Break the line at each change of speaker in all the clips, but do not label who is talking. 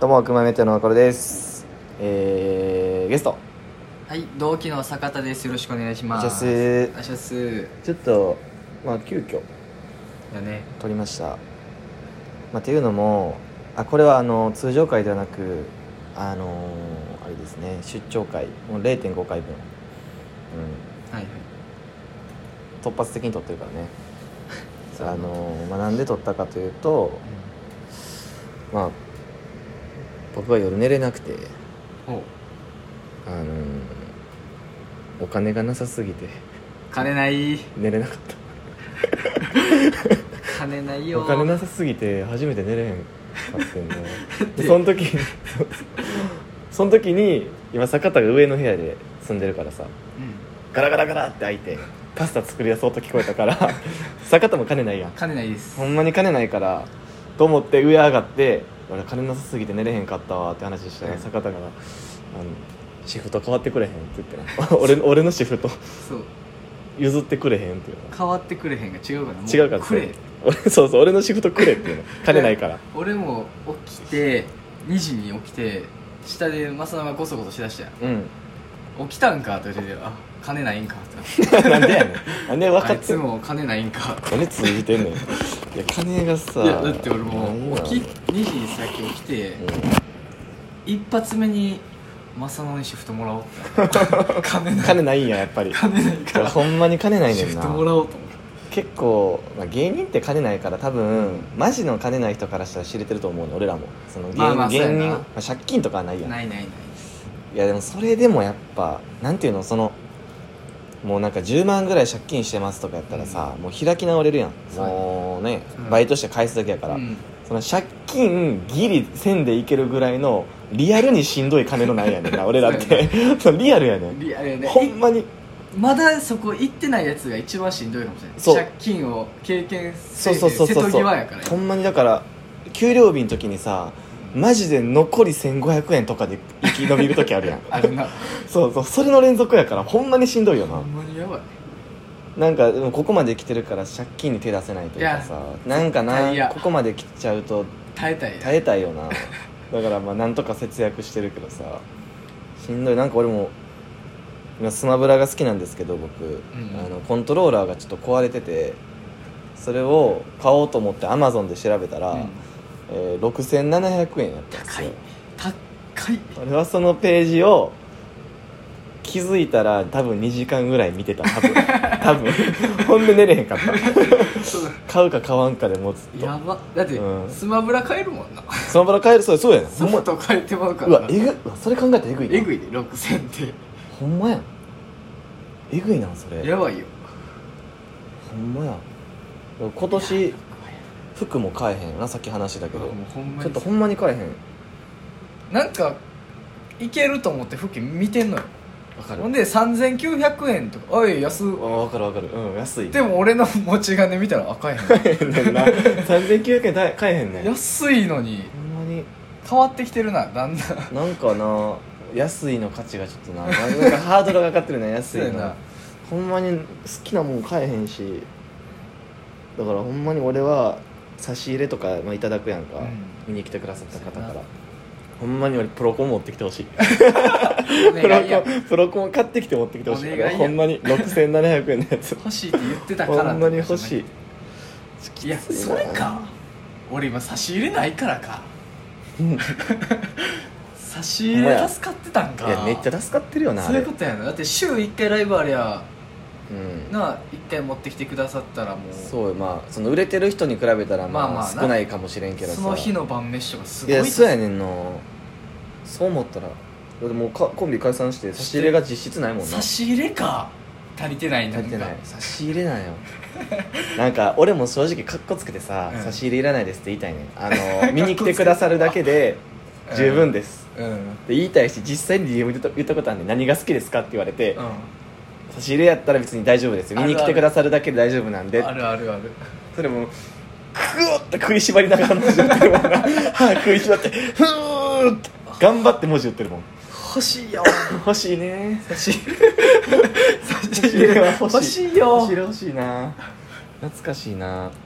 どうも熊メテのコロですえー、ゲスト
はい、同期の坂田です。よろしくお願いします。
お願いします
お願いします。
ちょっとまあ急遽
だね。
撮りました、まあ、っていうのもあこれはあの通常回ではなくあのーあれですね出張回もう0.5回分、
はいはい。
うん、突発的に撮ってるから ね
そう
あのー、まあ、なんで撮ったかというとまあ僕は夜寝れなくて
ほ
あのーお金がなさすぎて
う。金ない。
寝れなかった
金ないよ。
お金なさすぎて初めて寝れへんかって んのでその時にその時に今坂田が上の部屋で住んでるからさ
うん。
ガラガラガラって開いてパスタ作り出そうと聞こえたから 坂田も金ないやん
金ないです。
ほんまに金ないからと思って上上がって俺金なさすぎて寝れへんかったわって話したら、
うん
坂田があの「シフト変わってくれへん」って言ってな 俺の俺のシフト
そう。
譲ってくれへんっていうの
変わってくれへんが違うから。も
違うから
くれ。
俺 そうそう俺のシフトくれっていうの金ないから
俺も起きて、2時に起きて、下でマサナがゴソゴソしだしたやん
うん
起きたんかと言ってて、あ、金ないんかってなって。
なんでやねんなんで分
あ
か
い
って
つ
んの
も金ないんか。
何通じてんねんいや金がさ
いや、だって俺も
な
うん
や
起き、2時にさっき起きて、一発目に、マサナにシフトもらおうって なった。金
うん
ない。
金ないんややっぱり
金ないから
ほんまに金ないね
シ
ん
フ
な
トもらおうと思って
結構、まあ、芸人って金ないから多分マジの金ない人からしたら知れてると思うの俺らもその芸,、
まあまあ
芸人
そうやな
まあ借金とかはないやん
ないないない
いやでもそれでもやっぱなんていうのそのもうなんか10万ぐらい借金してますとかやったらさ、もう開き直れるやん
そうやね
もうね、
うん
バイトして返すだけやから、
うん
その借金ギリせんでいけるぐらいのリアルにしんどい金のないやねん な俺らってそのリアルやねん
リアルや ね
ほんまに
まだそこ行ってないやつが一番しんどいかもしれない
そう
借金を経験せ
そ
いうで
そうそうそう
瀬
そ
戸
う
際やから
ほんまにだから給料日の時にさマジで残り1500円とかで生き延びる時ある やん
あ るな
そうそうそれの連続やからほんまにしんどいよ
ほ
なん
まにやばい
なんかでもここまで来てるから借金に手出せないというかさなんか
絶対
な
嫌
ここまで来ちゃうと
耐えたいや
耐えたいよなだからまあなんとか節約してるけどさしんどいなんか俺も今スマブラが好きなんですけど僕、あのコントローラーがちょっと壊れててそれを買おうと思ってアマゾンで調べたら、
うん
えー6700円やったんです
高
よ
い高 い
俺はそのページを気づいたら多分2時間ぐらい見てた多分 多分ほんで寝れへんかった買うか買わんかでもうずっと
やばだって
うん
スマブラ買えるもんな
スマブラ買えるそうやそうやねん
ソ
ほんま
フト買えてまうか
う
ら
わ
な
えぐうわそれ考えたらえぐいな
えぐいで6000っ
ほんまやんえぐいなそ
て
れ
やばいよ
ほんまや今年服も買えへんよなさっき話してたけど
もうほんま
ちょっ
に
とほんまに買えへん
なんかいけると思って付近見てんのよ
わか
ほんで3900円とかおい安っ
わかるわかるうん安い
でも俺の持ち金見たら赤いの
ねん な3900円た買えへんねん
安いのに
ほんまに
変わってきてるなだんだん
なんかな安いの価値がちょっと ななんかハードルが上がってるね安
そ
いう
や
な
な
ほんまに好きなもん買えへんしだからほんまに俺は差し入れとか、まあ、いただくやんか、
うん
見に来てくださった方か
そう
ら
やな
ほんまに俺プロコン持ってきてほしい
お
プロ
願い
コ
や
ンプロコン買ってきて持ってきてほしい
お願いや
ほんまに6700円のやつ
欲しいって言ってたか
ほ
ら
んまに欲しい
いやそれか俺今差し入れないからか
うん
差し入れ助かってたん
い
か
やめっちゃ助かってるよなあ
そう
れ
いうことやなだって週1回ライブありゃ
うん
な1回持ってきてくださったらもう
そうよまあその売れてる人に比べたらまあ、
まあまあな
少ないかもしれんけどさ
その日の晩飯とかす
い
ごい
やそうやねんのそう思ったらだってもうかコンビ解散して差し入れが実質ないもんな
差し入れか足りてないんだ
足りてない差し入れなんよ なんか俺も正直カッコつけてさ、
うん
差し入れいらないですって言いたいねんあの 見に来てくださるだけで
うん
十分です、
うん
で言いたいし実際に DM で言った言ったことあんねん何が好きですかって言われて、
う
差し入れやったら別に大丈夫ですよ見に来てくださるだけで大丈夫なんで
んあるあるある
それもクオッと食いしばりながら文字打ってるもんな 歯食いしばってふーって頑張って文字打ってるもん
欲しいよ
欲しいね
差し
差し入れは欲しい
欲しいよ
差し入れ欲しいな懐かしいない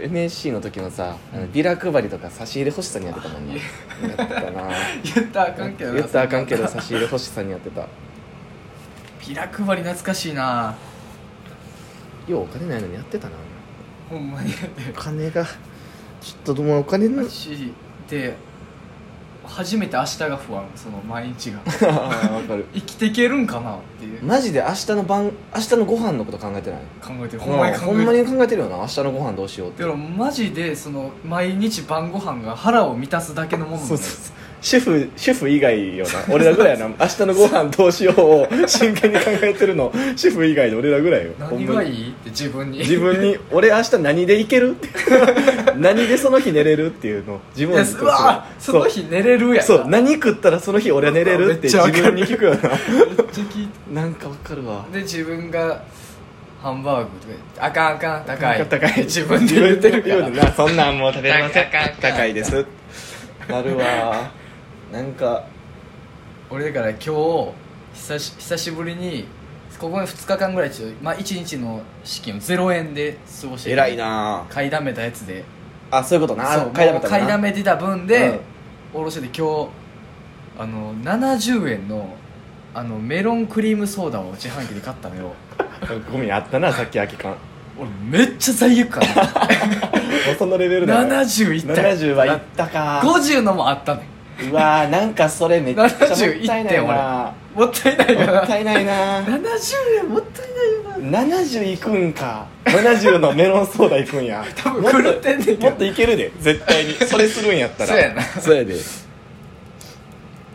NSC の時のさあのビラ配りとか差し入れ欲しさにやってたもんねやってたな
言ったらあかんけどな
言ったらあかんけど差し入れ欲しさにやってた
ピラ配り懐かしいな
ようお金ないのにやってたな
ほんまに
お金がちょっともうお金 の
しで初めて明日が不安その毎日が
ああわかる
生きていけるんかなっていう
マジで明日の晩明日のご飯のこと考えてない
考えてるほんまに考えて
ほ
る
んまに考えてるよな明日のご飯どうしようって
でもマジでその毎日晩ご飯が腹を満たすだけのものなん
そうそう
で
そう主婦主婦以外よな俺らぐら いやな明日のご飯どうしようを真剣に考えてるの主婦以外で俺らぐらいよ
何
ほんま
が
に
いいって自分に
自分に俺明日何でいけるって 何でその日寝れるっていうの自
い
分
や
ずっと
うわその日寝れるやん
そうそう何食ったらその日俺寝れるって
めっちゃ
自
わか
分
る
に聞くよな
めっちゃ聞いて
なんかわかるわ
で自分がハンバーグとか言ってあかんあかん高い
高い
自分で言ってるか
自分で言う
ら
ねんなそんなんもう食べれません
高い高い
高いですなるわなんか
俺だから今日久し久しぶりにここに2日間ぐらいちょっと、まあ、1日の資金を0円で過ごして
偉いな
買いだめたやつで
あそういうことな
そう
買いだめ
もう
た
買いだ
な
めてた分で、おろしてて今日あの70円のあのメロンクリームソーダを自販機で買った のよ
ゴミあったなさっき空き缶も
俺めっちゃ罪悪感 あ
うそのレベ
る
ルだよ
70いった
70はいったか
50のもあったね
うわーなんかそれめっちゃもったいないな
もったいないよ
も
な
ったいないな
70円もったいないよな
70いくんか70のメロンソーダいくんや
多分狂ってんねんけど
もっといけるで絶対にそれするんやったら
そうやな
そうやで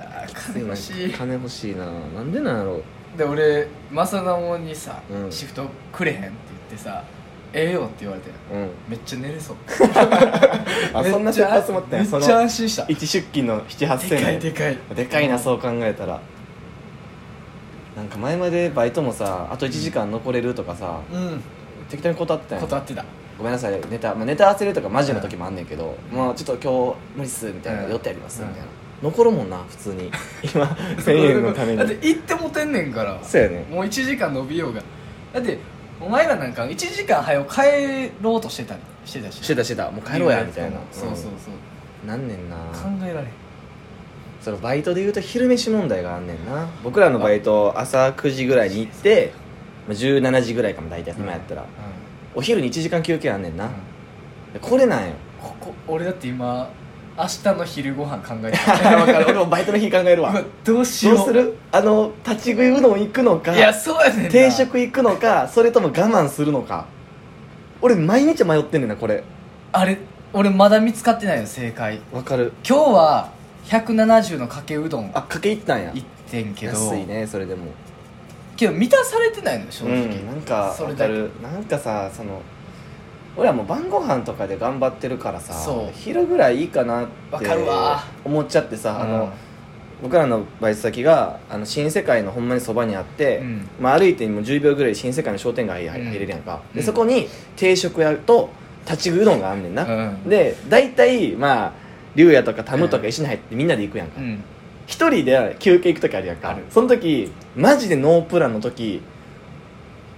あー金欲しい
金欲しいななんでなんやろう
で俺正直にさ、
うん
シフトくれへんって言ってさええよって言われて
うん
めっちゃ寝れそう
あ
めっちゃ
そんな出発持ったんやそ
めっちゃ
の
安心した
一出勤の78000
でかい
円
でかい
でかいなそう考えたらなんか前までバイトもさあと1時間残れるとかさ
うん
適当に断ってたんや
断ってた
ごめんなさいネタ、まあ、ネタ合わせるとかマジの時もあんねんけど、まあちょっと今日無理っすみたいな、
うん
予定ありますみたいな、
うん
残るもんな普通 に今1000円のため
だって
に
行ってもてんねんから
そうやね
もう1時間伸びようがだってお前らなんか1時間早く帰ろうとしてたりしてたし
してたしてたもう帰ろうやみたいな
そうそうそう、
うんなんねんな
考えられへん
そのバイトでいうと昼飯問題があんねんな僕らのバイト朝9時ぐらいに行ってまあ17時ぐらいかも大体今やったら、お昼に1時間休憩あんねんな、
うん
これなんよ
ここ俺だって今明日の昼ご飯考えて
わ
た
かる俺もバイトの日考えるわ
今
ど
どうしよう
うするあの立ち食いうどん行くのか
いやそうやねんな
定食行くのかそれとも我慢するのか俺毎日迷ってんねんなこれ
あれ俺まだ見つかってないの正解
わかる
今日は170のかけうどん
あかけいったんや
行ってんけど
安いねそれでも
けど満たされてないのよ正
う
直、
んなんか
そ
わ
れ
か
だけ
るなんかさその俺はもう晩ご飯とかで頑張ってるからさ
そう
昼ぐらいいいかなっ
わ
て
かるわ
思っちゃってさ、あ
うん
の僕らのバイト先があの新世界のほんまにそばにあって、
うん
まあ、歩いてもう10秒ぐらいで新世界の商店街
う
入
ん
入れるやんか、
う
で
ん
そこに定食屋と立ち食いうどんがあんねんな、
うん
で大体まあ龍也とかタムとか一緒に入ってみんなで行くやんか
うん
一、人で休憩行く時あるやん
あ
か
る
その時マジでノープランの時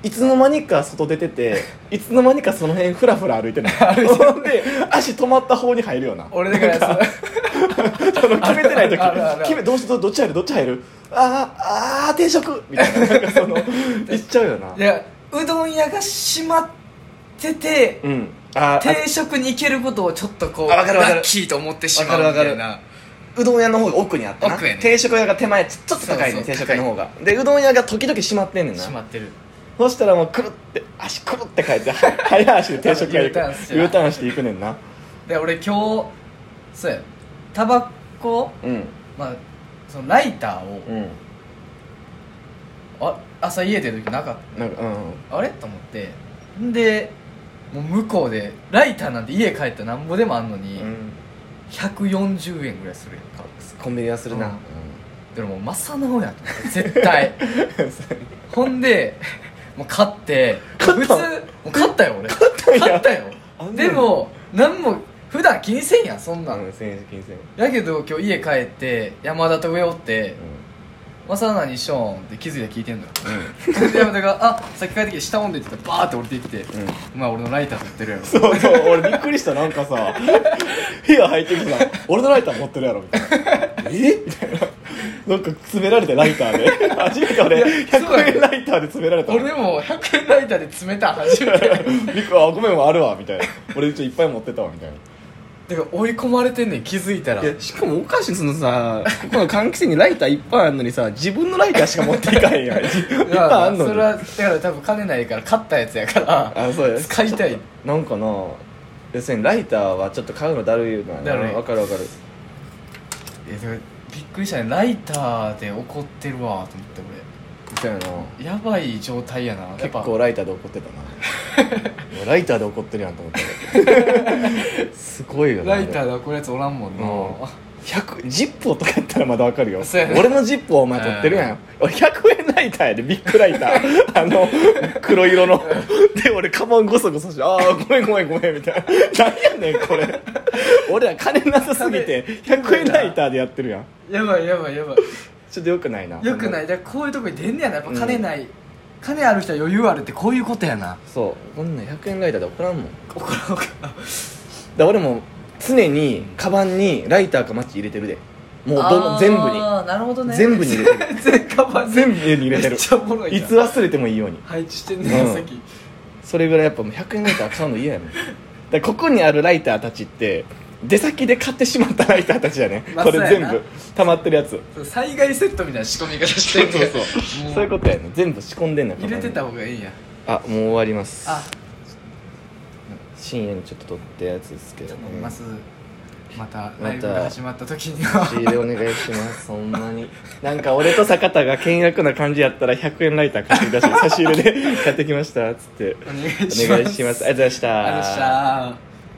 いつの間にか外出て ていつの間にかその辺フラフラ歩いてないほんで足止まった方に入るよ な
俺だからそ
その決めてない時
あるあるある
決めどうしどどっち入るどっち入るあーあー定食みたいななんかそ の行っちゃうよない
やうどん屋が閉まってて、
うんあーあ
定食に行けることをちょっとこう
あわかるわかる
ラッキーと思ってしまうみたいな
わかるわかうどん屋の方が奥にあったな
奥やね
定食屋が手前ちょちょっと高い
そ
ね
うそう
定食屋の方がでうどん屋が時々閉まってんねんな
閉まってる
そしたらもうくるって足くるって帰っては早足で定食屋行く
あの U ターンしてな
U ターンしていくねんな
で俺今日そうやタバコ
うん
まあそのライターを、
うん
あ朝家出る時なかっ
なんかうん
たあれと思ってんでもう向こうでライターなんて家帰ったらなんぼでもあんのに、
うん
140円ぐらいするやんか
コンビニはするな、
うん
うん
でももう正直やと思って絶 対 ほんでもう勝って
勝った
もう勝ったよ俺勝った
んや
よ
あんな
でも何も普段気にせんやんそんなん、
うん1000円金銭
やけど今日家帰って山田と上おって、 「わさなにショーン」って気づいて聞いてんのよ、で山田が「あ先帰ってきて下音で」って言ったらバーって降りてきて
うん
「お前俺のライターとってるやろ」
そうそう俺びっくりしたなんかさ部屋入ってきてさ俺のライター持ってるやろみたいなえみたいななんか詰められてライターで初めて俺
そうや
100
ね
円ライターで詰められた
俺でも100円ライターで詰めた初め て
びっくり あごめんあるわみたいな俺ちょいっぱい持ってたわみたいな
だから追い込まれてんねん気づいたら
しかもおかしいそのさここの換気扇にライターいっぱいあんのにさ自分のライターしか持っていかへんやんいっ
だからそれはだから多分金ないから買ったやつやから
あそうや
使いたい
なんかな要するにライターはちょっと買うのだるいの
だ
や
る
ないわかるわかる
えだからびっくりしたねライターで怒ってるわと思って
そうやな
俺やばい状態やなやっ
結
ぱ
構ライターで怒ってたな ライターで怒ってるやんと思ってすごいよな
ライターで怒るやつおらんもんな、
うん100ジッポーとかやったらまだわかるよ
そうやな
俺のジッポーお前取ってるやん俺100円ライターやでビッグライターあの黒色ので俺カバンゴソゴソして「ああごめんごめんごめん」みたいな何やねんこれ俺ら金なさすぎて100円ライターでやってるやん
やばいやばいやばい
ちょっとよくないな
よくないだからこういうとこに出んねやなやっぱ金ない、金ある人は余裕あるってこういうことやな
そうこんなん100円ライターで怒らんもん
怒らんから
だ俺も常にカバンにライターかマッチ入れてるでもうど
あ
の
ー
全部に
なるほどね
全部に入れ て
全カバンに
全部に入れてる
めっちゃおもろいない
つ忘れてもいいように
配置してんねや、
うん
さっき
それぐらいやっぱもう100円ライター買うの嫌やもんだからここにあるライターたちって出先で買ってしまったライターたちやね
まあ
これ
そうや
全
な
部溜まってるやつ
そう災害セットみたいな仕込み方してんねや
そうそう
も
そういうことやね全部仕込んでんのよ
入れてた
カバ
方がいいんや
ンにあもう終わります
あ
深夜にちょっと撮ったやつですけ
ち
ど
ょっと
ね
まずまた
た
ライブが始まった時には
差し入れお願いしますそんなになんか俺と坂田が倹約な感じやったら100円ライター買ってきたし差し入れで買ってきましたっつって
お願い
お願いし
しま
ますすありがとうございまし
ありがとうございました